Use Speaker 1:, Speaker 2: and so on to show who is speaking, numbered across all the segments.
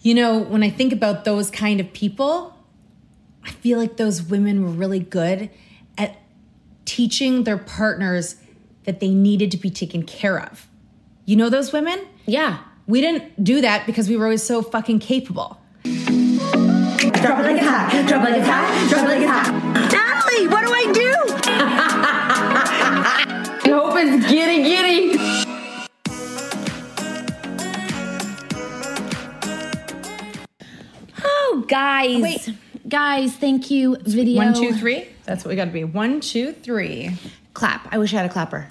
Speaker 1: You know, when I think about those kind of people, I feel like those women were really good at teaching their partners that they needed to be taken care of. You know those women? Yeah. We didn't do that because we were always so fucking capable.
Speaker 2: Drop it like it's hot. Drop it like it's hot. Drop it like it's hot. Natalie, what do I do? I hope it's giddy giddy.
Speaker 3: Oh, guys.
Speaker 1: Wait.
Speaker 3: Guys, thank you. Video.
Speaker 1: One, two, three. That's what we gotta be. One, two, three. Clap. I wish I had a clapper.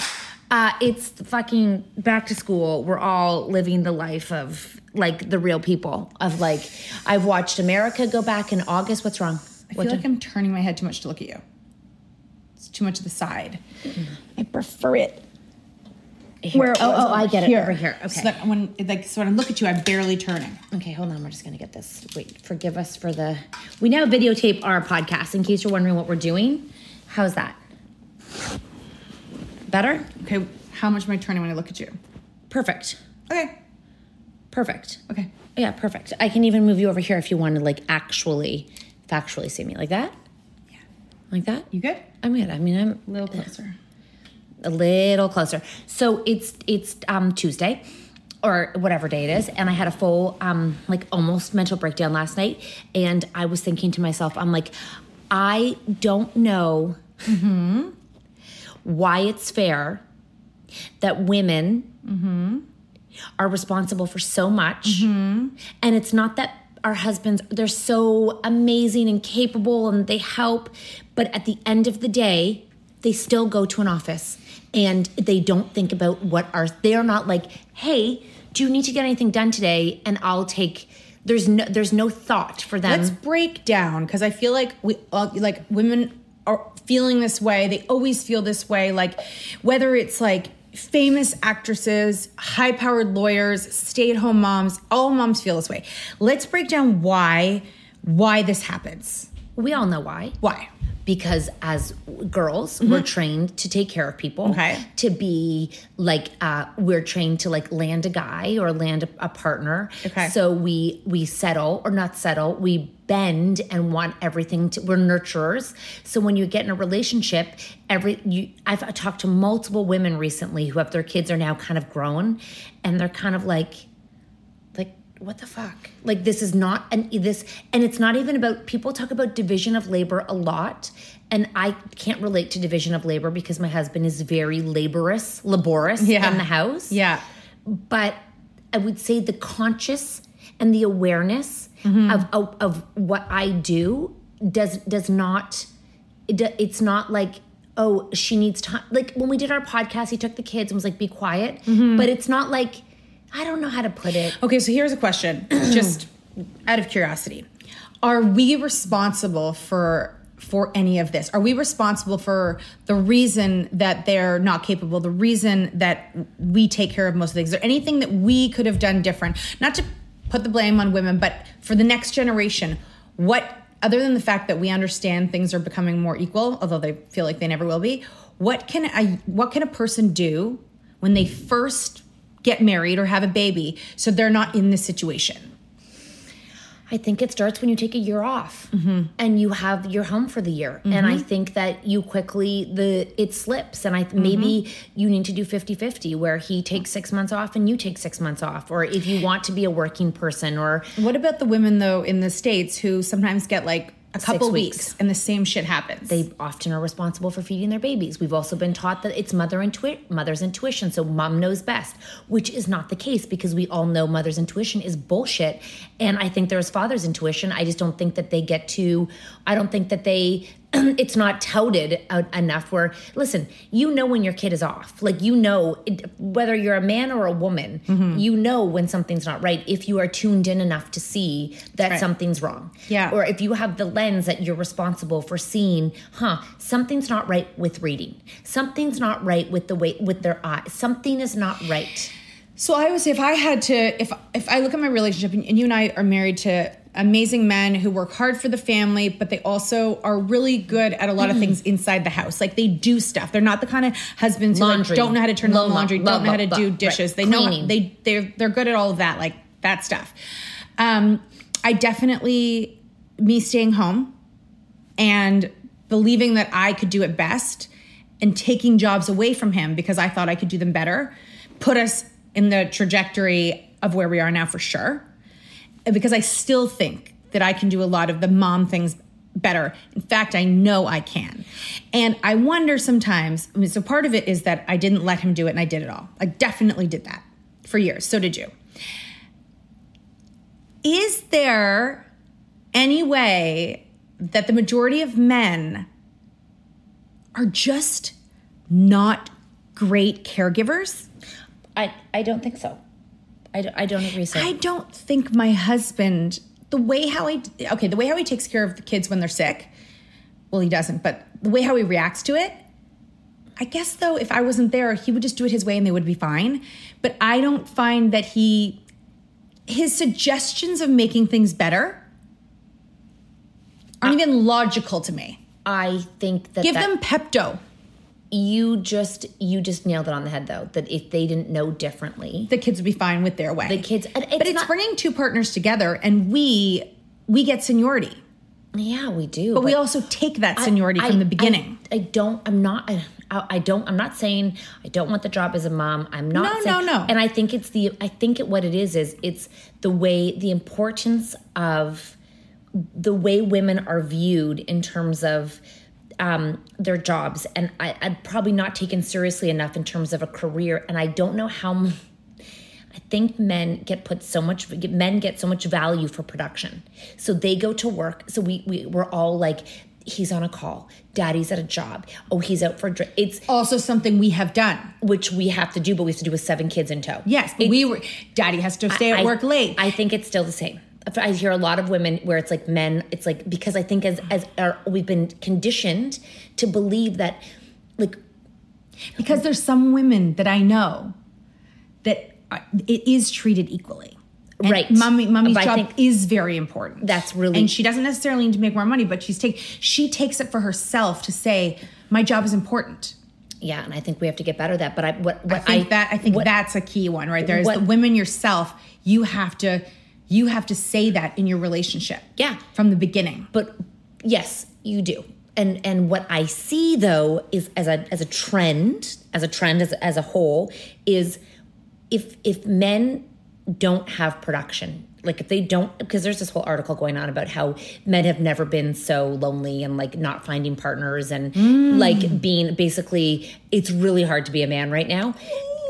Speaker 3: Uh, it's fucking back to school. We're all living the life of like the real people. Of like, I've watched America go back in August. What's wrong?
Speaker 1: I feel like I'm turning my head too much to look at you. It's too much to the side.
Speaker 3: I prefer it. Where oh, oh, I get it. Over here. Okay.
Speaker 1: So that when like so when I look at you, I'm barely turning.
Speaker 3: okay, hold on. We're just gonna get this. Wait, forgive us for the. We now videotape our podcast in case you're wondering what we're doing. How's that? Better?
Speaker 1: Okay, how much am I turning when I look at you?
Speaker 3: Perfect.
Speaker 1: Okay.
Speaker 3: Perfect.
Speaker 1: Okay.
Speaker 3: Yeah, perfect. I can even move you over here if you want to, like, actually, factually see me. Like that? Yeah. Like that?
Speaker 1: You good?
Speaker 3: I'm good. I mean, I'm
Speaker 1: A little closer.
Speaker 3: a little closer. So it's it's um, Tuesday or whatever day it is, and I had a full um, like almost mental breakdown last night, and I was thinking to myself, I'm like, I don't know why it's fair that women are responsible for so much, and it's not that. Our husbands, they're so amazing and capable and they help. But at the end of the day, they still go to an office and they don't think about what are they're not like hey do you need to get anything done today and i'll take there's no there's no thought for them
Speaker 1: Let's break down because I feel like we all like women
Speaker 4: are feeling this way. They always feel this way. Like, whether it's like famous actresses, high powered lawyers, stay at home moms, all moms feel this way. Let's break down why why this happens.
Speaker 3: We all know why.
Speaker 4: Why?
Speaker 3: Because as girls, we're trained to take care of people.
Speaker 4: Mm-hmm. Okay.
Speaker 3: To be like, uh, we're trained to like land a guy or land a, a partner.
Speaker 4: Okay.
Speaker 3: So we we settle or not settle. We bend and want everything to. We're nurturers. So when you get in a relationship, every you. I've talked to multiple women recently who have their kids are now kind of grown, and they're kind of like like what the fuck like this is not an this and it's not even about people talk about division of labor a lot and i can't relate to division of labor because my husband is very laborious laborious
Speaker 4: Yeah.
Speaker 3: in the house
Speaker 4: Yeah.
Speaker 3: but i would say the conscious and the awareness
Speaker 4: Mm-hmm.
Speaker 3: of, of of what i do does does not it, do- it's not like oh she needs time like when we did our podcast he took the kids and was like be quiet
Speaker 4: Mm-hmm.
Speaker 3: but it's not like i don't know how to put it
Speaker 4: Okay, so here's a question, just out of curiosity. Are we responsible for for any of this? Are we responsible for the reason that they're not capable, the reason that we take care of most of the things? Is there anything that we could have done different? Not to put the blame on women, but for the next generation, what other than the fact that we understand things are becoming more equal, although they feel like they never will be, what can a what can a person do when they first get married or have a baby so they're not in this situation
Speaker 3: I think it starts when you take a year off and you have your home for the year. And I think that you quickly the it slips and I th maybe you need to do 50-50 where he takes 6 months off and you take 6 months off or if you want to be a working person or
Speaker 4: what about the women though in the states who sometimes get like a couple weeks.
Speaker 3: weeks.
Speaker 4: and the same shit happens
Speaker 3: they often are responsible for feeding their babies. We've also been taught that it's mother intuit mother's intuition, so mom knows best, which is not the case because we all know mother's intuition is bullshit. And I think there's father's intuition. I just don't think that they get to. I don't think that they. it's not touted out enough. Where listen, you know when your kid is off. Like you know it, whether you're a man or a woman, you know when something's not right if you are tuned in enough to see that something's wrong.
Speaker 4: Yeah.
Speaker 3: Or if you have the lens that you're responsible for seeing, huh, something's not right with reading. Something's not right with the way with their eye. Something is not right.
Speaker 4: so i would say if i had to if if i look at my relationship and, and you and i are married to amazing men who work hard for the family but they also are really good at a lot
Speaker 3: Mm-hmm.
Speaker 4: of things inside the house like they do stuff they're not the kind of husbands who
Speaker 3: Laundry.
Speaker 4: like, don't know how to turn on
Speaker 3: Blah,
Speaker 4: the
Speaker 3: blah,
Speaker 4: laundry
Speaker 3: blah,
Speaker 4: don't know how
Speaker 3: blah,
Speaker 4: to
Speaker 3: blah.
Speaker 4: do
Speaker 3: Right.
Speaker 4: dishes they know
Speaker 3: Cleaning.
Speaker 4: they they're they're good at all of that like that stuff um i definitely me staying home and believing that I could do it best and taking jobs away from him because I thought I could do them better put us in the trajectory of where we are now for sure. And Because I still think that I can do a lot of the mom things better. In fact, I know I can. And I wonder sometimes, I mean, so part of it is that I didn't let him do it and I did it all. I definitely did that for years. So did you. Is there any way that the majority of men are just not great caregivers.
Speaker 3: I I don't think so. I, d- I don't agree so.
Speaker 4: I don't think my husband, the way how he, okay, the way how he takes care of the kids when they're sick, well, he doesn't, but the way how he reacts to it, I guess though, if I wasn't there, he would just do it his way and they would be fine. But I don't find that he, his suggestions of making things better aren't even logical to me.
Speaker 3: I think that
Speaker 4: Give
Speaker 3: that-
Speaker 4: them Pepto.
Speaker 3: you just you just nailed it on the head though that if they didn't know differently.
Speaker 4: The kids would be fine with their way.
Speaker 3: The kids- and it's
Speaker 4: but it's
Speaker 3: not-
Speaker 4: bringing two partners together, and we we get seniority,
Speaker 3: yeah, we do.
Speaker 4: but, we also take that seniority
Speaker 3: I-
Speaker 4: from the
Speaker 3: I-
Speaker 4: beginning.
Speaker 3: I, don't. I'm not. I, I don't. I'm not saying I don't want the job as a mom. I'm not.
Speaker 4: No,
Speaker 3: saying,
Speaker 4: no, no.
Speaker 3: And I think it's the. I think it, what it is is it's the way the importance of the way women are viewed in terms of um, their jobs, and I, I'm probably not taken seriously enough in terms of a career. And I don't know how. m- I think men get put so much men get so much value for production. So they go to work. So we, we we're all like, he's on a call, daddy's at a job, oh he's out for a drink. It's
Speaker 4: also, something we have done.
Speaker 3: which we have to do, but we have to do with seven kids in tow.
Speaker 4: Yes, but we were. Daddy has to stay at
Speaker 3: I-
Speaker 4: work late.
Speaker 3: I think it's still the same. I hear a lot of women where it's like men. It's like because I think as as our, we've been conditioned to believe that, like
Speaker 4: because there's some women that I know that are, it is treated equally. And
Speaker 3: Right.
Speaker 4: mommy, mommy's
Speaker 3: But I
Speaker 4: job
Speaker 3: think-
Speaker 4: is very important.
Speaker 3: That's really-
Speaker 4: and she doesn't necessarily need to make more money, but she's take she takes it for herself to say my job is important.
Speaker 3: yeah, and I think we have to get better at that. But I what, what
Speaker 4: I think that I think
Speaker 3: what-
Speaker 4: that's a key one right there. Is
Speaker 3: what-
Speaker 4: the women yourself, you have to you have to say that in your relationship.
Speaker 3: Yeah.
Speaker 4: from the beginning.
Speaker 3: but yes you do and and what i see though is as a as a trend as a trend as, as a whole is if if men don't have production like if they don't because there's this whole article going on about how men have never been so lonely and like not finding partners and like being basically it's really hard to be a man right now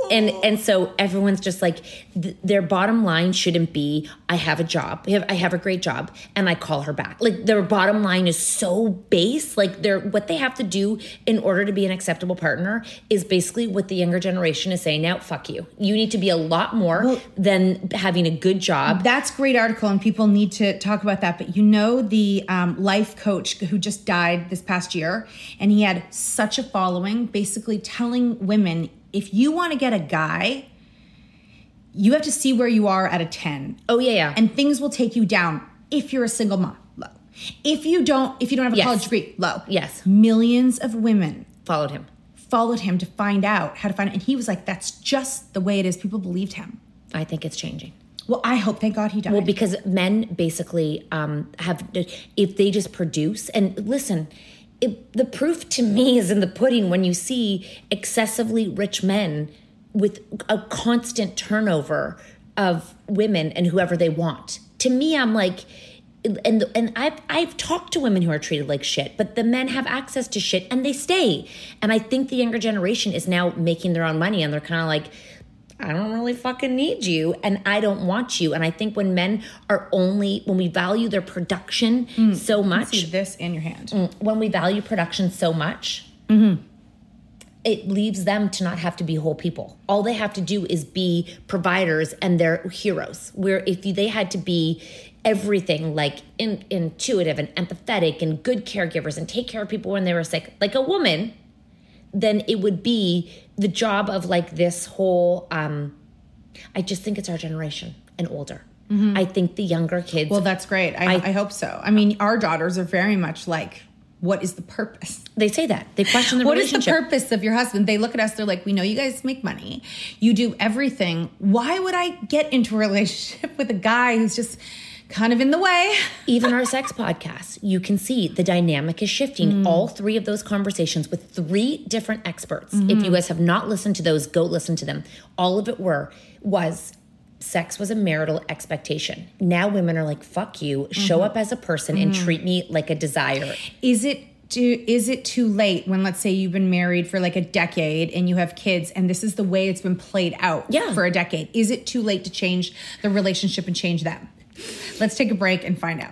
Speaker 3: and and so everyone's just like th- their bottom line shouldn't be i have a job I have, I have a great job and i call her back like their bottom line is so base like they're what they have to do in order to be an acceptable partner is basically what the younger generation is saying now fuck you you need to be a lot more than having a good job
Speaker 4: That's a great article, and people need to talk about that. But you know the um, life coach who just died this past year, and he had such a following, basically telling women if you want to get a guy, you have to see where you are at a ten.
Speaker 3: oh yeah yeah
Speaker 4: and things will take you down if you're a single mom low if you don't if you don't have a
Speaker 3: Yes.
Speaker 4: college degree low
Speaker 3: Yes.
Speaker 4: millions of women
Speaker 3: followed him
Speaker 4: followed him to find out how to find it and he was like that's just the way it is people believed him
Speaker 3: i think it's changing
Speaker 4: well i hope thank god he died
Speaker 3: Well, because men basically um, have, if they just produce and listen, it, the proof to me is in the pudding when you see excessively rich men with a constant turnover of women and whoever they want. To me, I'm like, and and I've I've talked to women who are treated like shit, but the men have access to shit and they stay. And I think the younger generation is now making their own money and they're kind of like, I don't really fucking need you and I don't want you. And I think when men are only, when we value their production so
Speaker 4: See
Speaker 3: much,
Speaker 4: this in your hand
Speaker 3: when we value production so much, it leaves them to not have to be whole people. All they have to do is be providers and they're heroes. Where if you, they had to be everything like in, intuitive and empathetic and good caregivers and take care of people when they were sick, like a woman, then it would be the job of like this whole. Um, I just think it's our generation and older. I think the younger kids.
Speaker 4: well that's great I, I, hope so i mean our daughters are very much like what is the purpose
Speaker 3: they say that they question the
Speaker 4: what is the
Speaker 3: relationship.
Speaker 4: purpose of your husband they look at us they're like we know you guys make money you do everything why would i get into a relationship with a guy who's just kind of in the way
Speaker 3: even our sex podcast, you can see the dynamic is shifting. All three of those conversations with three different experts. If you guys have not listened to those, go listen to them. All of it were was sex was a marital expectation. Now women are like, fuck you, show up as a person and treat me like a desire.
Speaker 4: is it too, is it too late when let's say you've been married for like a decade and you have kids and this is the way it's been played out
Speaker 3: Yeah.
Speaker 4: for a decade is it too late to change the relationship and change them let's take a break and find out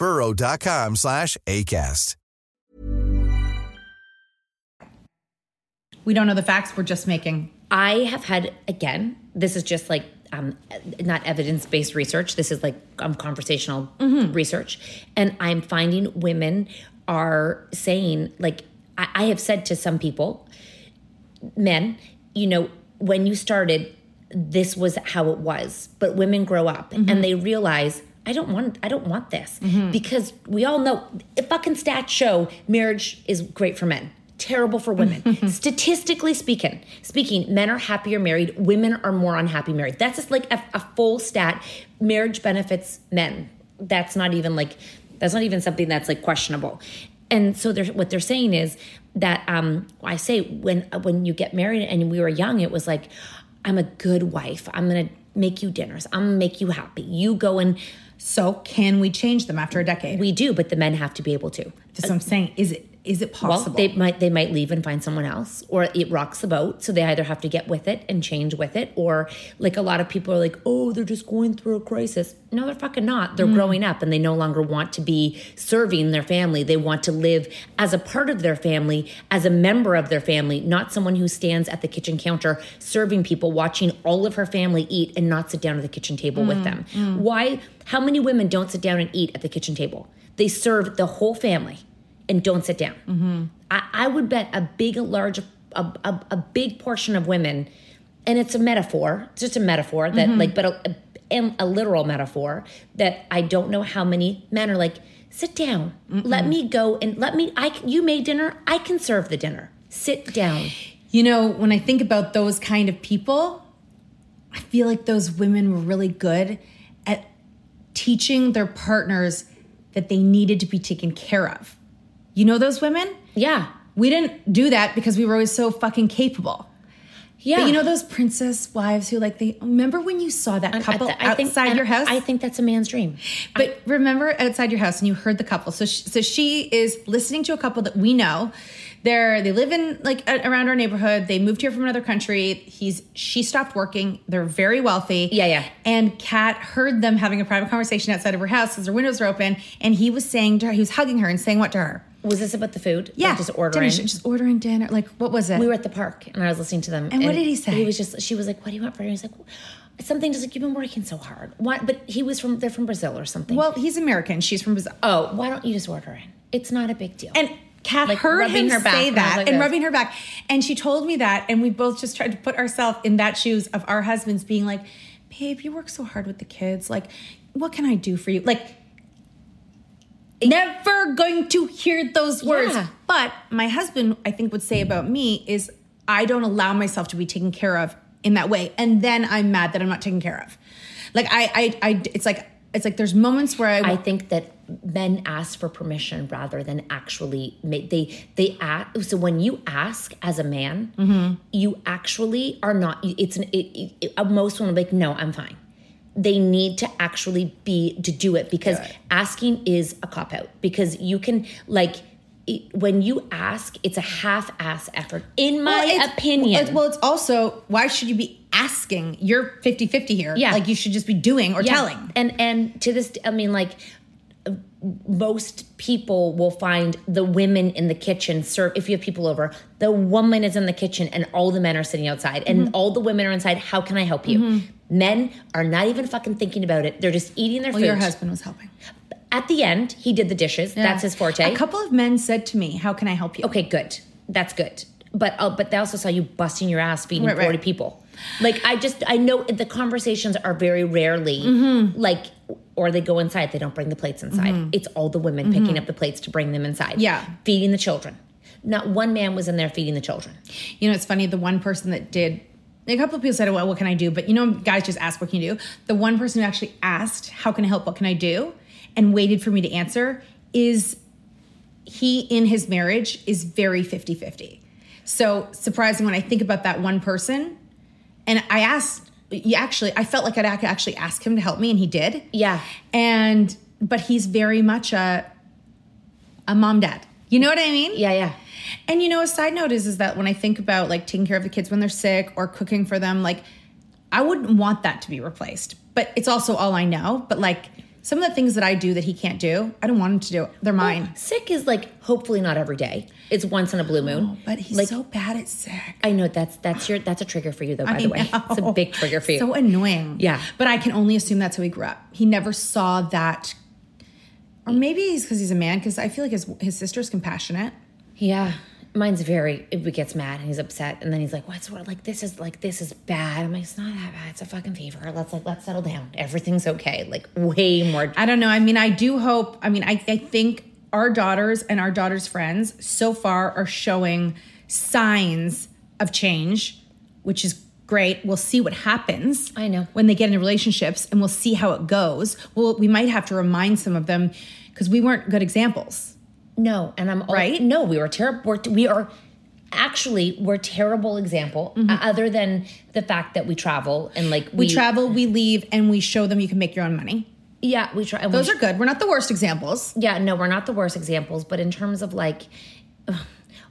Speaker 5: Burrow.com slash ACAST.
Speaker 4: We don't know the facts. We're just making.
Speaker 3: I have had again. This is just like um, not evidence based research. This is like um, conversational research, and I'm finding women are saying like I, I have said to some people, men, you know, when you started, this was how it was, but women grow up and they realize. I don't want. I don't want this because we all know. Fucking stats show marriage is great for men terrible for women. Statistically speaking, speaking, men are happier married, women are more unhappy married. That's just like a, a full stat. Marriage benefits men. That's not even like that's not even something that's like questionable. And so they're, what they're saying is that um, I say when uh, when you get married and we were young, it was like I'm a good wife. I'm gonna make you dinners. I'm gonna make you happy. You go and
Speaker 4: so can we change them after a decade?
Speaker 3: we do, but the men have to be able to.
Speaker 4: That's what I'm saying. Is it is it possible?
Speaker 3: Well, they might they might leave and find someone else, or it rocks the boat. So they either have to get with it and change with it, or like a lot of people are like, oh, they're just going through a crisis. No, they're fucking not. They're growing up and they no longer want to be serving their family. They want to live as a part of their family, as a member of their family, not someone who stands at the kitchen counter serving people, watching all of her family eat and not sit down at the kitchen table with them. Why? How many women don't sit down and eat at the kitchen table? They serve the whole family and don't sit down. I, I would bet a big, a large, a, a, a big portion of women, and it's a metaphor, it's just a metaphor
Speaker 4: Mm-hmm.
Speaker 3: that, like, but a, a, a literal metaphor that I don't know how many men are like, sit down, let me go and let me, I can, you made dinner, I can serve the dinner. Sit down.
Speaker 4: You know, when I think about those kind of people, I feel like those women were really good at teaching their partners that they needed to be taken care of. You know those women?
Speaker 3: Yeah.
Speaker 4: We didn't do that because we were always so fucking capable.
Speaker 3: Yeah.
Speaker 4: But you know those princess wives who like they remember when you saw that
Speaker 3: And
Speaker 4: couple
Speaker 3: th-
Speaker 4: outside
Speaker 3: and
Speaker 4: your house?
Speaker 3: I think that's a man's dream.
Speaker 4: But remember outside your house and you heard the couple. So she, so she is listening to a couple that we know. They're they live in like a- around our neighborhood. They moved here from another country. He's she stopped working. They're very wealthy.
Speaker 3: Yeah, yeah.
Speaker 4: And Kat heard them having a private conversation outside of her house because their windows were open. And he was saying to her, he was hugging her and saying what to her?
Speaker 3: Was this about the food?
Speaker 4: Yeah,
Speaker 3: Like just
Speaker 4: dinner,
Speaker 3: ordering.
Speaker 4: she- just ordering dinner. Like what was it?
Speaker 3: we were at the park and I was listening to them.
Speaker 4: And what did he say?
Speaker 3: He was just she was like, "What do you want for dinner?" He's like, "Something." Just like you've been working so hard. What? But he was from they're from Brazil or something.
Speaker 4: well, he's American. She's from Brazil.
Speaker 3: oh, why don't you just order in? It's not a big deal.
Speaker 4: And Kat
Speaker 3: Like
Speaker 4: heard
Speaker 3: rubbing
Speaker 4: him
Speaker 3: her back,
Speaker 4: say
Speaker 3: and I was
Speaker 4: that
Speaker 3: like
Speaker 4: and
Speaker 3: this.
Speaker 4: rubbing her back. And she told me that. And we both just tried to put ourselves in that shoes of our husbands being like, babe, you work so hard with the kids. Like, what can I do for you? Like, never going to hear those words.
Speaker 3: Yeah.
Speaker 4: But my husband, I think, would say about me is I don't allow myself to be taken care of in that way. And then I'm mad that I'm not taken care of. Like, I, I, I it's like, it's like there's moments where I,
Speaker 3: I think that men ask for permission rather than actually make they they ask so when you ask as a man
Speaker 4: Mm-hmm.
Speaker 3: you actually are not you- it's an it, it, it- most women are like no i'm fine they need to actually be to do it because asking is a cop out because you can like it, when you ask it's a half-ass effort in my
Speaker 4: Well, it's-
Speaker 3: opinion
Speaker 4: it's- Well, it's also why should you be asking? You're 50-50 here.
Speaker 3: Yeah.
Speaker 4: Like you should just be doing or
Speaker 3: Yeah.
Speaker 4: telling.
Speaker 3: And and to this, I mean, like uh, most people will find the women in the kitchen serve if you have people over the woman is in the kitchen and all the men are sitting outside and
Speaker 4: Mm-hmm.
Speaker 3: all the women are inside how can i help you men are not even fucking thinking about it they're just eating their
Speaker 4: Well,
Speaker 3: food
Speaker 4: your husband was helping.
Speaker 3: at the end he did the dishes that's his forte
Speaker 4: A couple of men said to me, "How can I help you?"
Speaker 3: okay good that's good but uh, but they also saw you busting your ass feeding
Speaker 4: Right, right.
Speaker 3: 40 people like i just i know the conversations are very rarely
Speaker 4: Mm-hmm.
Speaker 3: like or they go inside they don't bring the plates inside it's all the women picking up the plates to bring them inside
Speaker 4: Mm-hmm. Yeah.
Speaker 3: feeding the children not one man was in there feeding the children
Speaker 4: You know, it's funny. The one person that did. A couple of people said, "Well, what can I do?" But you know, guys just ask, "What can you do?" The one person who actually asked, "How can I help? What can I do?" and waited for me to answer is he in his marriage is very 50-50. So surprising when I think about that one person, and I asked. You actually, I felt like I'd ac- actually ask him to help me, and he did.
Speaker 3: Yeah.
Speaker 4: And but he's very much a a mom dad. You know what I mean?
Speaker 3: yeah yeah
Speaker 4: And you know, a side note is is that when I think about like taking care of the kids when they're sick or cooking for them, like I wouldn't want that to be replaced. but it's also all I know. But like some of the things that I do that he can't do, I don't want him to do.
Speaker 3: Oh,
Speaker 4: They're mine.
Speaker 3: sick is like hopefully not every day. It's once in a blue moon.
Speaker 4: Oh, but he's
Speaker 3: like,
Speaker 4: so bad at sick.
Speaker 3: I know that's that's your that's a trigger for you though. By
Speaker 4: I
Speaker 3: the way,
Speaker 4: know.
Speaker 3: it's a big trigger for you.
Speaker 4: So annoying.
Speaker 3: Yeah.
Speaker 4: But I can only assume that's how he grew up. He never saw that. Or maybe he's because he's a man, because I feel like his, his sister's compassionate.
Speaker 3: Yeah. Mine's very, it gets mad and he's upset. And then he's like, what's what? Like, this is like, this is bad. I'm like, it's not that bad. It's a fucking fever. Let's like, let's settle down. Everything's okay. Like, way more.
Speaker 4: I don't know. I mean, I do hope, I mean, I, I think our daughters and our daughters' friends so far are showing signs of change, which is great. We'll see what happens. I know. When they get into relationships and we'll see how it goes. Well, we might have to remind some of them because we weren't good examples.
Speaker 3: No. And I'm all,
Speaker 4: Right?
Speaker 3: No, we were terrible. We're, we are actually, we're terrible example uh, other than the fact that we travel and like,
Speaker 4: Mm-hmm. We, travel, we leave, and we show them you can make your own money.
Speaker 3: Yeah. We try.
Speaker 4: Those
Speaker 3: we,
Speaker 4: are good. We're not the worst examples.
Speaker 3: yeah no we're not the worst examples but in terms of like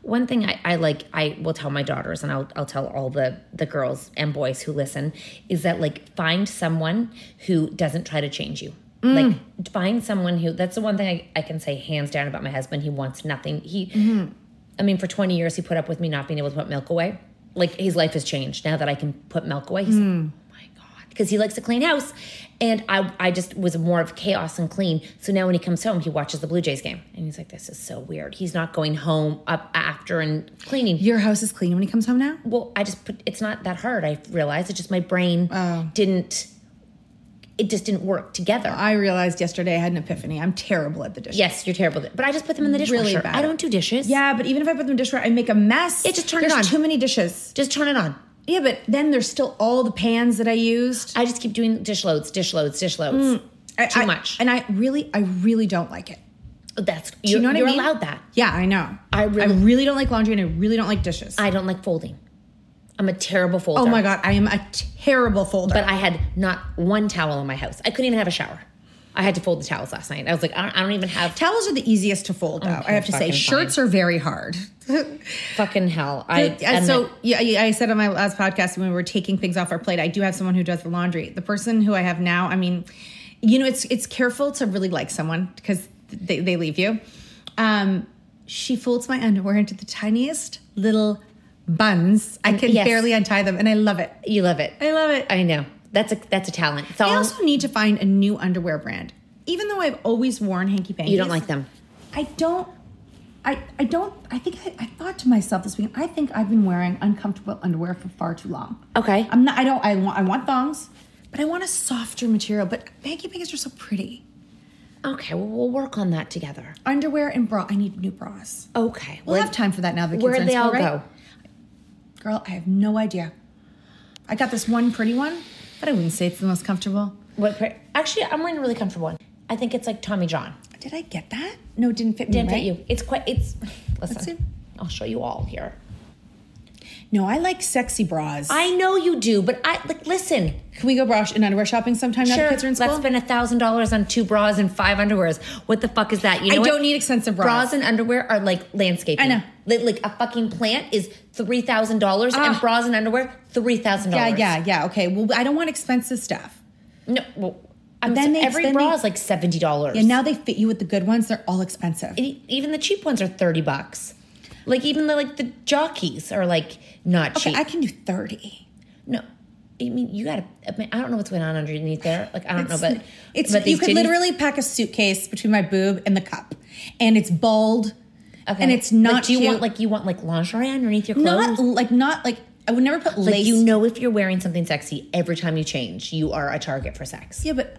Speaker 3: one thing I, I like i will tell my daughters and I'll, I'll tell all the the girls and boys who listen is that like find someone who doesn't try to change you like find someone who that's the one thing I, I can say hands down about my husband he wants nothing he i mean for 20 years he put up with me not being able to put milk away like his life has changed now that i can put milk away he's like,
Speaker 4: Hmm.
Speaker 3: "Oh because he likes to clean house. And I, I just was more of chaos and clean. So now when he comes home, he watches the Blue Jays game. And he's like, this is so weird. He's not going home up after and cleaning.
Speaker 4: Your house is clean when he comes home now?
Speaker 3: well, I just put, it's not that hard. I realized it's just my brain didn't, it just didn't work together.
Speaker 4: Oh. I realized yesterday I had an epiphany. I'm terrible at the dishes.
Speaker 3: yes, you're terrible. But I just put them in the dishwasher.
Speaker 4: Really bad.
Speaker 3: I don't do dishes.
Speaker 4: Yeah, but even if I put them in the dishwasher, I make a mess.
Speaker 3: Yeah, just turn
Speaker 4: There's
Speaker 3: it on.
Speaker 4: too many dishes.
Speaker 3: Just turn it on.
Speaker 4: Yeah, but then there's still all the pans that I used.
Speaker 3: I just keep doing dish loads, dish loads, dish loads.
Speaker 4: Mm. I,
Speaker 3: Too
Speaker 4: I-
Speaker 3: much.
Speaker 4: And I really, I really don't like it.
Speaker 3: That's,
Speaker 4: Do you know what I
Speaker 3: you're
Speaker 4: mean?
Speaker 3: allowed that.
Speaker 4: Yeah, I know.
Speaker 3: I really-
Speaker 4: don't like laundry and I really don't like dishes.
Speaker 3: I don't like folding. I'm a terrible folder.
Speaker 4: oh my God, I am a terrible folder.
Speaker 3: But I had not one towel in my house. I couldn't even have a shower. I had to fold the towels last night. I was like, I don't, I don't even have
Speaker 4: Towels are the easiest to fold, though. I have to say,
Speaker 3: fucking
Speaker 4: shirts are very hard.
Speaker 3: fucking hell. I
Speaker 4: I-
Speaker 3: and
Speaker 4: so
Speaker 3: the-
Speaker 4: yeah, yeah, I said on my last podcast when we were taking things off our plate, I do have someone who does the laundry. The person who I have now, I mean, you know, it's it's careful to really like someone because they, they leave you. Um, she folds my underwear into the tiniest little buns. I can
Speaker 3: yes.
Speaker 4: barely untie them, and I love it.
Speaker 3: you love it.
Speaker 4: I love it.
Speaker 3: I know that's a that's a talent. It's all,
Speaker 4: I also need to find a new underwear brand. Even though I've always worn hanky panky,
Speaker 3: you don't like them.
Speaker 4: I don't. I, I don't. I think I, I thought to myself this weekend. I think I've been wearing uncomfortable underwear for far too long.
Speaker 3: Okay.
Speaker 4: I'm not. I don't. I want. I want thongs, but I want a softer material. But baggy pants are so pretty.
Speaker 3: Okay, well we'll work on that together.
Speaker 4: Underwear and bra. I need new bras.
Speaker 3: Okay,
Speaker 4: We'll have time for that now. That the kids
Speaker 3: Where
Speaker 4: are in
Speaker 3: they
Speaker 4: school,
Speaker 3: all
Speaker 4: right?
Speaker 3: go?
Speaker 4: Girl, I have no idea. I got this one pretty one, but I wouldn't say it's the most comfortable.
Speaker 3: What? pra- Actually, I'm wearing a really comfortable one. I think it's like Tommy John.
Speaker 4: Did I get that? No, it didn't fit me.
Speaker 3: Didn't
Speaker 4: right?
Speaker 3: fit you. It's quite. It's listen.
Speaker 4: see.
Speaker 3: I'll show you all here.
Speaker 4: No, I like sexy bras.
Speaker 3: I know you do, but I like listen.
Speaker 4: Can we go bra sh- and underwear shopping sometime now?
Speaker 3: Sure,
Speaker 4: the kids are in school.
Speaker 3: let's spend a thousand dollars on two bras and five underwears. What the fuck is that? You know
Speaker 4: I
Speaker 3: what?
Speaker 4: don't need expensive bras.
Speaker 3: Bras and underwear are like landscaping.
Speaker 4: I know.
Speaker 3: Li- Like, a fucking plant is three thousand dollars, and
Speaker 4: Ah.
Speaker 3: bras and underwear three thousand
Speaker 4: Yeah,
Speaker 3: dollars.
Speaker 4: yeah, yeah. Okay. Well, I don't want expensive stuff.
Speaker 3: No, well, I'm
Speaker 4: Then
Speaker 3: then
Speaker 4: they-
Speaker 3: every
Speaker 4: then
Speaker 3: bra
Speaker 4: they-
Speaker 3: is like seventy dollars.
Speaker 4: And now they fit you with the good ones. They're all expensive.
Speaker 3: even the cheap ones are thirty bucks. Like even the like the jockeys are like not
Speaker 4: okay,
Speaker 3: cheap.
Speaker 4: I can do thirty.
Speaker 3: no. I mean, you gotta. I, mean, I don't know what's going on underneath there. Like, I don't know, but
Speaker 4: It's
Speaker 3: but
Speaker 4: you
Speaker 3: these
Speaker 4: could
Speaker 3: titties-
Speaker 4: literally pack a suitcase between my boob and the cup, and it's bold,
Speaker 3: Okay.
Speaker 4: and it's not.
Speaker 3: Like, do you
Speaker 4: cute.
Speaker 3: want like you want like lingerie underneath your clothes?
Speaker 4: not like not like I would never put
Speaker 3: Like
Speaker 4: lace.
Speaker 3: you know, if you're wearing something sexy every time you change, you are a target for sex.
Speaker 4: Yeah, but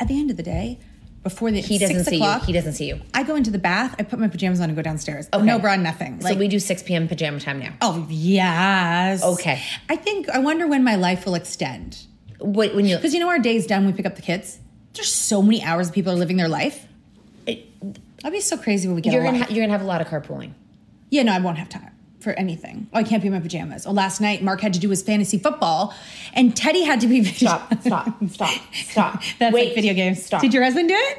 Speaker 4: at the end of the day, before the
Speaker 3: He doesn't
Speaker 4: six
Speaker 3: see
Speaker 4: o'clock,
Speaker 3: you. He doesn't see you.
Speaker 4: I go into the bath. I put my pajamas on and go downstairs. No bra, nothing.
Speaker 3: so we do 6 p.m. pajama time now.
Speaker 4: Oh yes.
Speaker 3: Okay.
Speaker 4: I think I wonder when my life will extend.
Speaker 3: Wait, when you
Speaker 4: Because you know our day's done, we pick up the kids. There's so many hours people are living their life. That'd be so crazy when we get
Speaker 3: you're
Speaker 4: you
Speaker 3: gonna ha- you're gonna have a lot of carpooling.
Speaker 4: Yeah, no, I won't have time for anything. Oh, I can't be in my pajamas. Oh, last night Mark had to do his fantasy football, and Teddy had to be
Speaker 3: Stop, stop, stop, stop.
Speaker 4: That's
Speaker 3: Wait,
Speaker 4: like video games.
Speaker 3: Stop.
Speaker 4: Did your husband do it?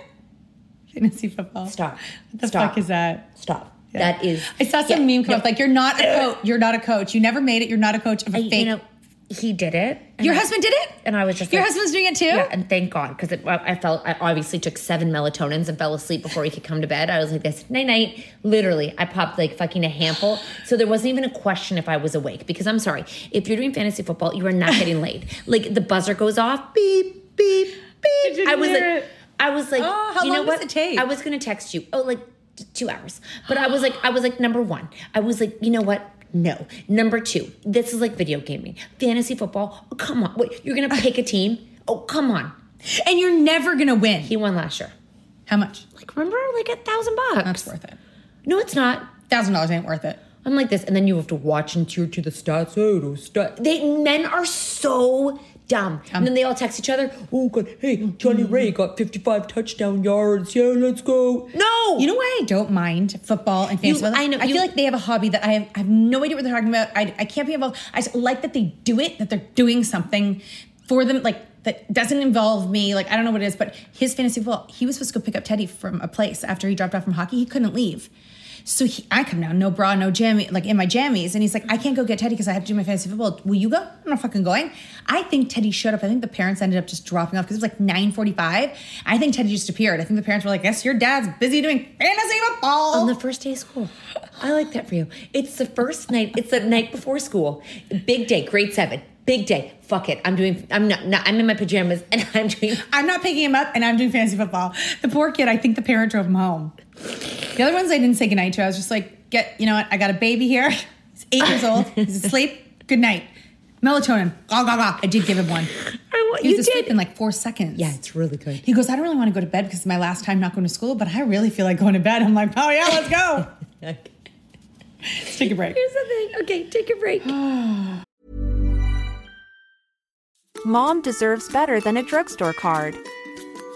Speaker 4: Fantasy football.
Speaker 3: Stop.
Speaker 4: What the
Speaker 3: Stop.
Speaker 4: fuck is that?
Speaker 3: Stop.
Speaker 4: Yeah.
Speaker 3: That is.
Speaker 4: I saw some
Speaker 3: Yeah,
Speaker 4: meme come
Speaker 3: no.
Speaker 4: up like you're not a coach. You're not a coach. You never made it. You're not a coach of a
Speaker 3: I-
Speaker 4: fake
Speaker 3: you know, he did it. and
Speaker 4: Your
Speaker 3: I-
Speaker 4: husband did it?
Speaker 3: And I was just
Speaker 4: Your
Speaker 3: like-
Speaker 4: husband's doing it too?
Speaker 3: Yeah, and thank God because I I felt I obviously took seven melatonins and fell asleep before we could come to bed. I was like this night night. Literally, I popped like fucking a handful, so there wasn't even a question if I was awake. Because I'm sorry, if you're doing fantasy football, you are not getting laid. Like the buzzer goes off, beep beep beep.
Speaker 4: didn't
Speaker 3: I was
Speaker 4: hear
Speaker 3: like,
Speaker 4: it.
Speaker 3: I was like,
Speaker 4: Oh, how
Speaker 3: you know
Speaker 4: long does
Speaker 3: what?
Speaker 4: it take?
Speaker 3: I was gonna text you. Oh, like t- two hours. But I was like, I was like, number one, I was like, you know what? No. Number two, this is like video gaming, fantasy football. Oh, come on, wait, you're gonna pick a team? Oh, come on.
Speaker 4: And you're never gonna win.
Speaker 3: He won last year.
Speaker 4: How much?
Speaker 3: Like, remember, like a thousand bucks.
Speaker 4: That's worth it.
Speaker 3: No, it's not.
Speaker 4: Thousand dollars ain't worth it.
Speaker 3: I'm like this, and then you have to watch and cheer to the stats. Hey, those stats. They men are so dumb. and then they all text each other. Oh god, hey, Johnny Ray got 55 touchdown yards. Yeah, let's go. No,
Speaker 4: You know why I don't mind football and fantasy
Speaker 3: You-
Speaker 4: football?
Speaker 3: I know,
Speaker 4: I
Speaker 3: you-
Speaker 4: feel like they have a hobby that I have, I have no idea what they're talking about. I, I can't be involved. I just like that they do it, that they're doing something for them, like that doesn't involve me. Like, I don't know what it is, but his fantasy football, he was supposed to go pick up Teddy from a place after he dropped off from hockey. He couldn't leave. So he, I come down, no bra, no jammy, like in my jammies. And he's like, I can't go get Teddy because I have to do my fantasy football. Will you go? I'm not fucking going. I think Teddy showed up. I think the parents ended up just dropping off because it was like 9.45. I think Teddy just appeared. I think the parents were like, yes, your dad's busy doing fantasy football.
Speaker 3: on the first day of school. I like that for you. It's the first night. It's the night before school. Big day, grade seven. Big day. Fuck it. I'm doing. I'm not. not I'm in my pajamas and I'm doing.
Speaker 4: I'm not picking him up and I'm doing fantasy football. The poor kid, I think the parent drove him home. The other ones I didn't say goodnight to. I was just like, get, you know what? I got a baby here. He's eight years old. He's asleep. Good night. Melatonin. Gah, gah, gah. I did give him one.
Speaker 3: I want
Speaker 4: He was asleep in like four seconds.
Speaker 3: Yeah, it's really good.
Speaker 4: He goes, I don't really want to go to bed because it's my last time not going to school, but I really feel like going to bed. I'm like, oh yeah, let's go. let's take a break.
Speaker 3: Here's the thing. Okay, take a break.
Speaker 6: Mom deserves better than a drugstore card.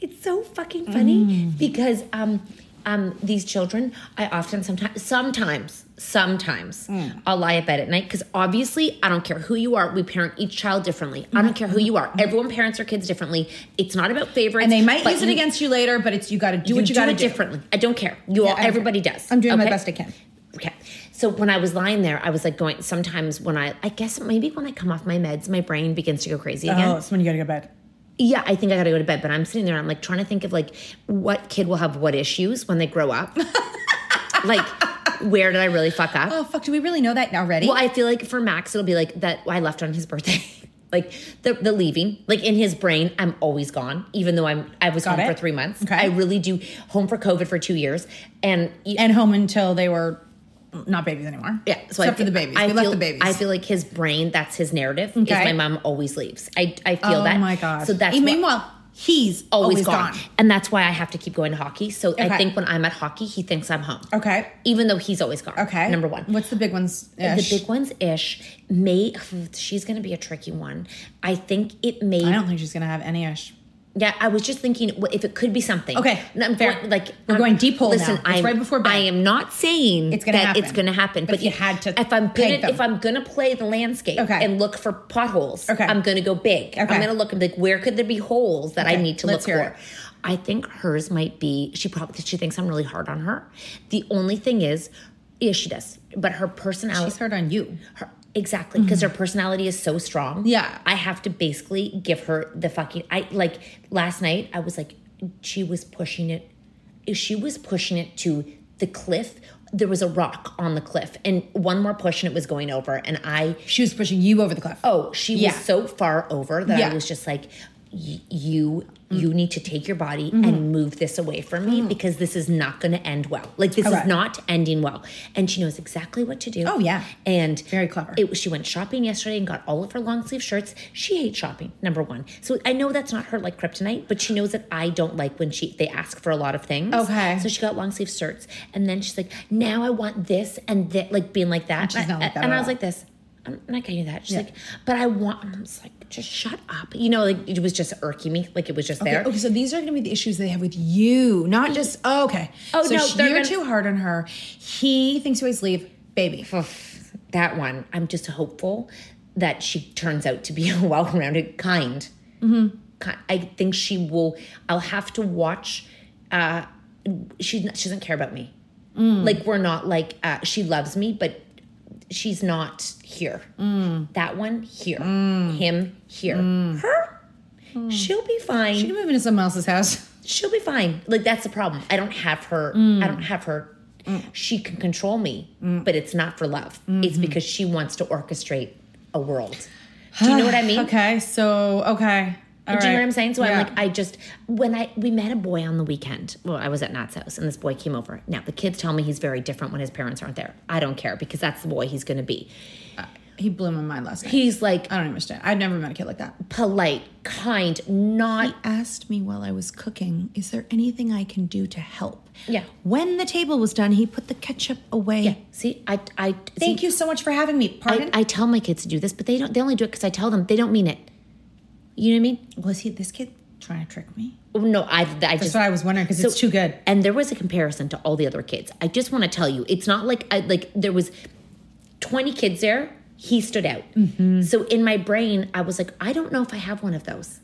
Speaker 3: It's so fucking funny
Speaker 4: Mm.
Speaker 3: because um um these children I often sometimes sometimes sometimes
Speaker 4: Mm.
Speaker 3: I'll lie in bed at night because obviously I don't care who you are we parent each child differently I
Speaker 4: Mm-hmm.
Speaker 3: don't care who you are everyone parents their kids differently it's not about favorites
Speaker 4: And they might
Speaker 3: but
Speaker 4: use it
Speaker 3: you-
Speaker 4: against you later, but it's you got to do
Speaker 3: you
Speaker 4: what you got to
Speaker 3: it
Speaker 4: do.
Speaker 3: differently I don't care you
Speaker 4: Yeah, I don't
Speaker 3: all
Speaker 4: care.
Speaker 3: everybody does
Speaker 4: I'm doing my
Speaker 3: okay?
Speaker 4: best I can.
Speaker 3: Okay. So when I was lying there, I was like going. Sometimes when I, I guess maybe when I come off my meds, my brain begins to go crazy again.
Speaker 4: Oh, it's when you got to go to bed.
Speaker 3: Yeah, I think I gotta go to bed, but I'm sitting there and I'm like trying to think of like what kid will have what issues when they grow up. like, where did I really fuck up?
Speaker 4: Oh, fuck. Do we really know that already?
Speaker 3: Well, I feel like for Max, it'll be like that I left on his birthday. like the, the leaving. Like in his brain, I'm always gone, even though I'm I was
Speaker 4: Got
Speaker 3: gone for
Speaker 4: it.
Speaker 3: three months.
Speaker 4: Okay.
Speaker 3: I really do home for COVID for two years. And
Speaker 4: and home until they were not babies anymore.
Speaker 3: Yeah, so
Speaker 4: except for
Speaker 3: I,
Speaker 4: the babies.
Speaker 3: I
Speaker 4: we
Speaker 3: feel,
Speaker 4: left the babies.
Speaker 3: I feel like his brain, that's his narrative. Is
Speaker 4: Okay.
Speaker 3: my mom always leaves. I, I feel
Speaker 4: Oh
Speaker 3: that.
Speaker 4: my God.
Speaker 3: So that's
Speaker 4: And
Speaker 3: why-
Speaker 4: meanwhile, he's always gone.
Speaker 3: and that's why I have to keep going to hockey. So I
Speaker 4: Okay.
Speaker 3: think when I'm at hockey, he thinks I'm home.
Speaker 4: Okay.
Speaker 3: Even though he's always gone.
Speaker 4: Okay.
Speaker 3: Number one.
Speaker 4: What's the big ones? ish?
Speaker 3: The big one's ish. May she's gonna be a tricky one. I think it may
Speaker 4: I don't think she's gonna have any ish.
Speaker 3: Yeah, I was just thinking well, if it could be something.
Speaker 4: Okay,
Speaker 3: No, I'm
Speaker 4: fair.
Speaker 3: going- like
Speaker 4: We're
Speaker 3: I'm-
Speaker 4: going deep hole now.
Speaker 3: Listen,
Speaker 4: It's
Speaker 3: I'm,
Speaker 4: right before
Speaker 3: I am not saying
Speaker 4: It's gonna
Speaker 3: that
Speaker 4: happen.
Speaker 3: it's going to happen.
Speaker 4: But if you
Speaker 3: if-
Speaker 4: had to
Speaker 3: if I'm
Speaker 4: peg
Speaker 3: gonna,
Speaker 4: them.
Speaker 3: if I'm going to play the landscape
Speaker 4: Okay.
Speaker 3: and look for potholes, okay. I'm going to go big. I'm
Speaker 4: Okay.
Speaker 3: going to look and be like where could there be holes that I
Speaker 4: Okay,
Speaker 3: need to
Speaker 4: let's
Speaker 3: look
Speaker 4: hear
Speaker 3: for. I think hers might be. She probably she thinks I'm really hard on her. The only thing is, yeah, she does. But her personality. She's
Speaker 4: hard on you.
Speaker 3: Her, exactly, because her personality is so strong.
Speaker 4: Yeah.
Speaker 3: I have to basically give her the fucking. I like last night. I was like, she was pushing it. She was pushing it to the cliff. There was a rock on the cliff, and one more push, and it was going over. And I,
Speaker 4: she was pushing you over the cliff.
Speaker 3: Oh, she
Speaker 4: Yeah.
Speaker 3: was so far over that
Speaker 4: Yeah. Mm.
Speaker 3: I was just like, y- you, you need to take your body
Speaker 4: Mm-hmm.
Speaker 3: and move this away from me because this is not going to end well. Like this
Speaker 4: Correct.
Speaker 3: is not ending well. And she knows exactly what to do.
Speaker 4: Oh, yeah.
Speaker 3: and
Speaker 4: very clever.
Speaker 3: it was she went shopping yesterday and got all of her long sleeve shirts. She hates shopping, number one. So I know that's not her like kryptonite, but she knows that I don't like when she they ask for a lot of things.
Speaker 4: Okay.
Speaker 3: So she got long sleeve shirts, and then she's like, "Now I want this and that," like being like that. And,
Speaker 4: she's not like that
Speaker 3: and
Speaker 4: at
Speaker 3: I was
Speaker 4: all.
Speaker 3: like this. I'm not gonna do that. She's
Speaker 4: Yeah.
Speaker 3: like, but I want. I'm just like, just shut up. You know, like it was just irking me. Like it was just
Speaker 4: Okay,
Speaker 3: there.
Speaker 4: okay, so these are going to be the issues they have with you, not just. Oh, okay.
Speaker 3: Oh,
Speaker 4: so
Speaker 3: no,
Speaker 4: she-
Speaker 3: they're
Speaker 4: you're
Speaker 3: gonna-
Speaker 4: too hard on her. He thinks you always leave, baby.
Speaker 3: that one. I'm just hopeful that she turns out to be a well-rounded, kind.
Speaker 4: Mm-hmm.
Speaker 3: ki- I think she will. I'll have to watch. Uh, she's not, she doesn't care about me.
Speaker 4: Mm.
Speaker 3: Like we're not like uh, she loves me, but she's not here.
Speaker 4: Mm.
Speaker 3: That one here, him here, her. She'll be fine.
Speaker 4: Mm. She can move into someone else's house.
Speaker 3: she'll be fine. Like that's the problem. I don't have her. I don't have her. She can control me, but it's not for love. It's
Speaker 4: Mm.
Speaker 3: because she wants to orchestrate a world. Do you know what I mean?
Speaker 4: okay, so okay. all
Speaker 3: Do you know
Speaker 4: right.
Speaker 3: what I'm saying? So
Speaker 4: Yeah.
Speaker 3: I'm like, I just when I we met a boy on the weekend. Well, I was at Nat's house, and this boy came over. Now the kids tell me he's very different when his parents aren't there. I don't care because that's the boy he's going to be.
Speaker 4: he blew my mind last night.
Speaker 3: He's like
Speaker 4: I don't understand. I've never met a kid like that.
Speaker 3: polite, kind, not
Speaker 4: asked me while I was cooking, is there anything I can do to help?
Speaker 3: Yeah.
Speaker 4: When the table was done, he put the ketchup away.
Speaker 3: yeah. See, I I
Speaker 4: Thank
Speaker 3: see,
Speaker 4: you so much for having me.
Speaker 3: I,
Speaker 4: Pardon?
Speaker 3: I tell my kids to do this, but they don't. They only do it because I tell them they don't mean it. You know what I mean?
Speaker 4: was he this kid trying to trick me?
Speaker 3: Oh, No, I. I That's just,
Speaker 4: what I was wondering, 'cause it's too good.
Speaker 3: And there was a comparison to all the other kids. I just want to tell you, it's not like I like there was twenty kids there. He stood out.
Speaker 4: Mm-hmm.
Speaker 3: So in my brain, I was like, I don't know if I have one of those.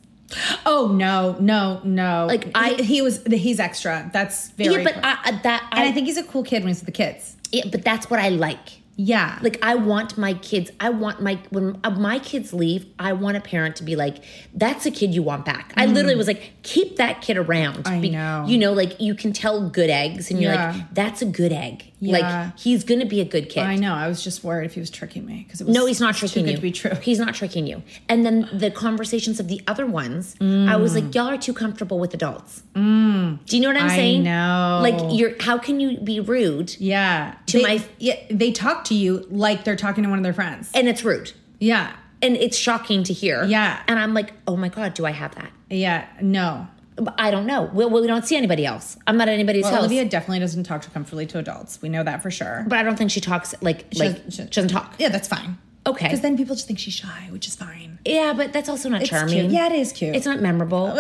Speaker 4: Oh no, no, no!
Speaker 3: Like,
Speaker 4: He-
Speaker 3: I-
Speaker 4: he, was he's extra. That's very.
Speaker 3: yeah, but I, I- that
Speaker 4: and I think he's a cool kid when he's with the kids.
Speaker 3: yeah, but that's what I like.
Speaker 4: Yeah,
Speaker 3: Like I want my kids. I want my when uh, my kids leave. I want a parent to be like, "That's a kid you want back." I literally was like, "Keep that kid around."
Speaker 4: Mm. I know.
Speaker 3: You know, like you can tell good eggs, and you're
Speaker 4: Yeah.
Speaker 3: like, "That's a good egg."
Speaker 4: Yeah.
Speaker 3: Like he's gonna be a good kid.
Speaker 4: I know. I was just worried if he was tricking me because it was
Speaker 3: No, he's not
Speaker 4: it's
Speaker 3: tricking
Speaker 4: too good
Speaker 3: you.
Speaker 4: To be true.
Speaker 3: He's not tricking you. And then the conversations of the other ones, I was like, y'all are too comfortable with adults. Do you know what I'm
Speaker 4: Mm. I
Speaker 3: saying?
Speaker 4: know.
Speaker 3: Like, you're. How can you be rude?
Speaker 4: yeah.
Speaker 3: To
Speaker 4: they,
Speaker 3: my-
Speaker 4: yeah, they talk to you like they're talking to one of their friends.
Speaker 3: And it's rude.
Speaker 4: yeah,
Speaker 3: And it's shocking to hear.
Speaker 4: Yeah.
Speaker 3: And I'm like, oh my god, do I have that?
Speaker 4: yeah. No,
Speaker 3: But I don't know. Well, we don't see anybody else. I'm not at anybody's
Speaker 4: well,
Speaker 3: house.
Speaker 4: Olivia definitely doesn't talk too comfortably to adults. We know that for sure.
Speaker 3: but I don't think she talks like
Speaker 4: She
Speaker 3: like
Speaker 4: doesn't- she-
Speaker 3: doesn't talk.
Speaker 4: yeah, that's fine.
Speaker 3: Okay.
Speaker 4: Because then people just think she's shy, which is fine.
Speaker 3: Yeah, but that's also not
Speaker 4: It's
Speaker 3: charming.
Speaker 4: cute. Yeah, it is cute.
Speaker 3: It's not memorable.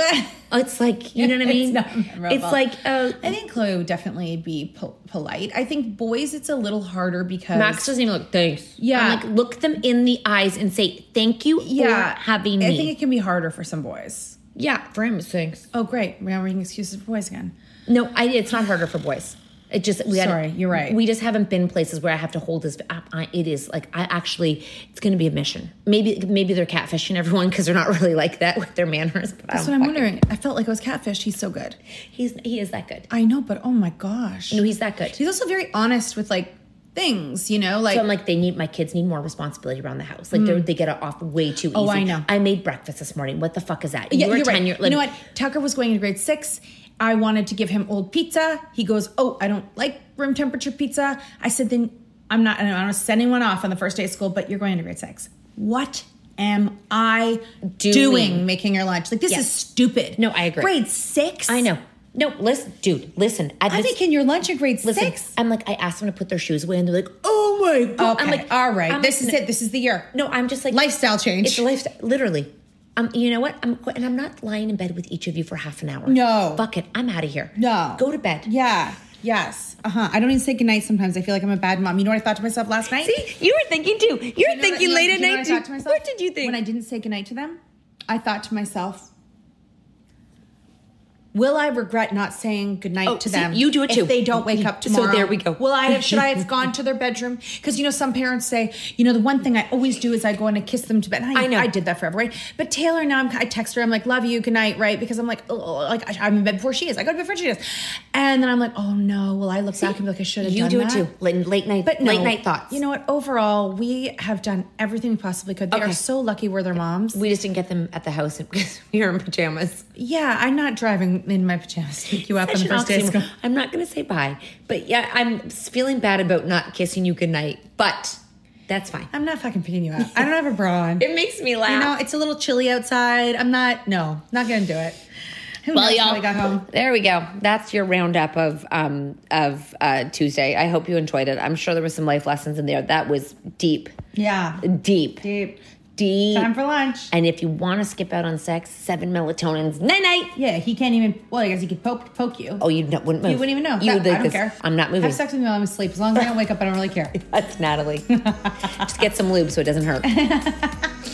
Speaker 3: it's like you know what I mean.
Speaker 4: It's not memorable.
Speaker 3: It's like uh,
Speaker 4: I think Chloe would definitely be po- polite. I think boys, it's a little harder because
Speaker 3: Max doesn't even look. Thanks.
Speaker 4: Yeah.
Speaker 3: I'm like look them in the eyes and say thank you
Speaker 4: yeah,
Speaker 3: for having
Speaker 4: I
Speaker 3: me.
Speaker 4: think it can be harder for some boys.
Speaker 3: yeah, for him, it's thanks.
Speaker 4: Oh, great! Now we're making excuses for boys again.
Speaker 3: No, I, it's not harder for boys. It just we had-
Speaker 4: Sorry, you're right.
Speaker 3: We just haven't been places where I have to hold this up. I, it is like I actually, it's going to be a mission. Maybe maybe they're catfishing everyone because they're not really like that with their manners. But
Speaker 4: That's what
Speaker 3: I don't
Speaker 4: I'm
Speaker 3: fucking-
Speaker 4: wondering. I felt like I was catfished. He's so good.
Speaker 3: He's he is that good.
Speaker 4: I know, but oh my gosh,
Speaker 3: No, he's that good.
Speaker 4: he's also very honest with like things. You know, like Mm.
Speaker 3: So I'm like, they need my kids need more responsibility around the house. Like they're they get it off way too easy.
Speaker 4: Oh, I know.
Speaker 3: I made breakfast this morning. What the fuck is that?
Speaker 4: yeah,
Speaker 3: were
Speaker 4: you're right.
Speaker 3: 10 year-
Speaker 4: you
Speaker 3: like-
Speaker 4: know what? Tucker was going into grade six. I wanted to give him old pizza. He goes, "Oh, I don't like room temperature pizza." I said, "Then I'm not. I don't want to send anyone off on the first day of school, but you're going into grade six. What am I doing?
Speaker 3: Doing.
Speaker 4: making your lunch like this
Speaker 3: Yeah.
Speaker 4: is stupid.
Speaker 3: No, I agree.
Speaker 4: Grade six.
Speaker 3: I know. No, listen, dude, listen. At
Speaker 4: I'm
Speaker 3: this-
Speaker 4: making your lunch in grade
Speaker 3: listen,
Speaker 4: six.
Speaker 3: I'm like, I asked them to put their shoes away, and they're like,
Speaker 4: Oh my god.
Speaker 3: I'm
Speaker 4: Okay.
Speaker 3: like-
Speaker 4: all right.
Speaker 3: I'm
Speaker 4: this
Speaker 3: like,
Speaker 4: is
Speaker 3: no-
Speaker 4: it. This is the year.
Speaker 3: No, I'm just like
Speaker 4: Lifestyle change.
Speaker 3: It's a lifestyle, literally. Um, you know what? I'm and I'm not lying in bed with each of you for half an hour.
Speaker 4: No.
Speaker 3: Fuck it. I'm out of here.
Speaker 4: No.
Speaker 3: Go to bed.
Speaker 4: Yeah. Yes. Uh huh. I don't even say goodnight sometimes. I feel like I'm a bad mom. You know what I thought to myself last night?
Speaker 3: See, you were thinking too. You're
Speaker 4: You know
Speaker 3: thinking
Speaker 4: what-
Speaker 3: late
Speaker 4: you
Speaker 3: at
Speaker 4: know
Speaker 3: night
Speaker 4: what I
Speaker 3: too.
Speaker 4: thought to myself?
Speaker 3: What did you think?
Speaker 4: When I didn't say goodnight to them, I thought to myself, will I regret not saying goodnight
Speaker 3: Oh,
Speaker 4: to
Speaker 3: see,
Speaker 4: them?
Speaker 3: you do it
Speaker 4: if
Speaker 3: too.
Speaker 4: they don't wake up
Speaker 3: So
Speaker 4: tomorrow.
Speaker 3: there we go.
Speaker 4: Will I have, should I have gone to their bedroom? Because, you know, some parents say, you know, the one thing I always do is I go in and kiss them to bed. And I,
Speaker 3: I know.
Speaker 4: I did that forever, right? But Taylor, now I'm, I text her, I'm like, love you, good night, right? Because I'm like, oh, like I- I'm in bed before she is. I go to bed before she is. And then I'm like, oh no, will I look back and be like, I should have
Speaker 3: you
Speaker 4: done
Speaker 3: do it
Speaker 4: that?
Speaker 3: too. Late, late night.
Speaker 4: But no,
Speaker 3: late night thoughts.
Speaker 4: You know what? Overall, we have done everything we possibly could. They are
Speaker 3: Okay.
Speaker 4: so lucky we're their moms.
Speaker 3: We just didn't get them at the house because we were in pajamas.
Speaker 4: Yeah, I'm not driving in my pajamas to pick you up on the
Speaker 3: Such an
Speaker 4: first day of
Speaker 3: oxymoron.
Speaker 4: school.
Speaker 3: I'm not going to say bye, but yeah, I'm feeling bad about not kissing you goodnight, but that's fine.
Speaker 4: I'm not fucking picking you up. I don't have a bra on.
Speaker 3: It makes me laugh.
Speaker 4: You know, it's a little chilly outside. I'm not. No, not gonna do it. Who knows how I got home?
Speaker 3: There we go. That's your roundup of um, of uh, Tuesday. I hope you enjoyed it. I'm sure there were some life lessons in there. That was deep,
Speaker 4: Yeah.
Speaker 3: deep,
Speaker 4: Deep.
Speaker 3: deep.
Speaker 4: Time for lunch.
Speaker 3: and if you want to skip out on sex, seven melatonins. Night night.
Speaker 4: Yeah, he can't even. Well, I guess he could poke poke you.
Speaker 3: Oh, you wouldn't move.
Speaker 4: You wouldn't even know.
Speaker 3: You
Speaker 4: That-
Speaker 3: would be
Speaker 4: I don't
Speaker 3: like this.
Speaker 4: care.
Speaker 3: I'm not moving.
Speaker 4: Have sex with me while I'm asleep. As long as I don't wake up, I don't really care.
Speaker 3: That's Natalie. Just get some lube so it doesn't hurt.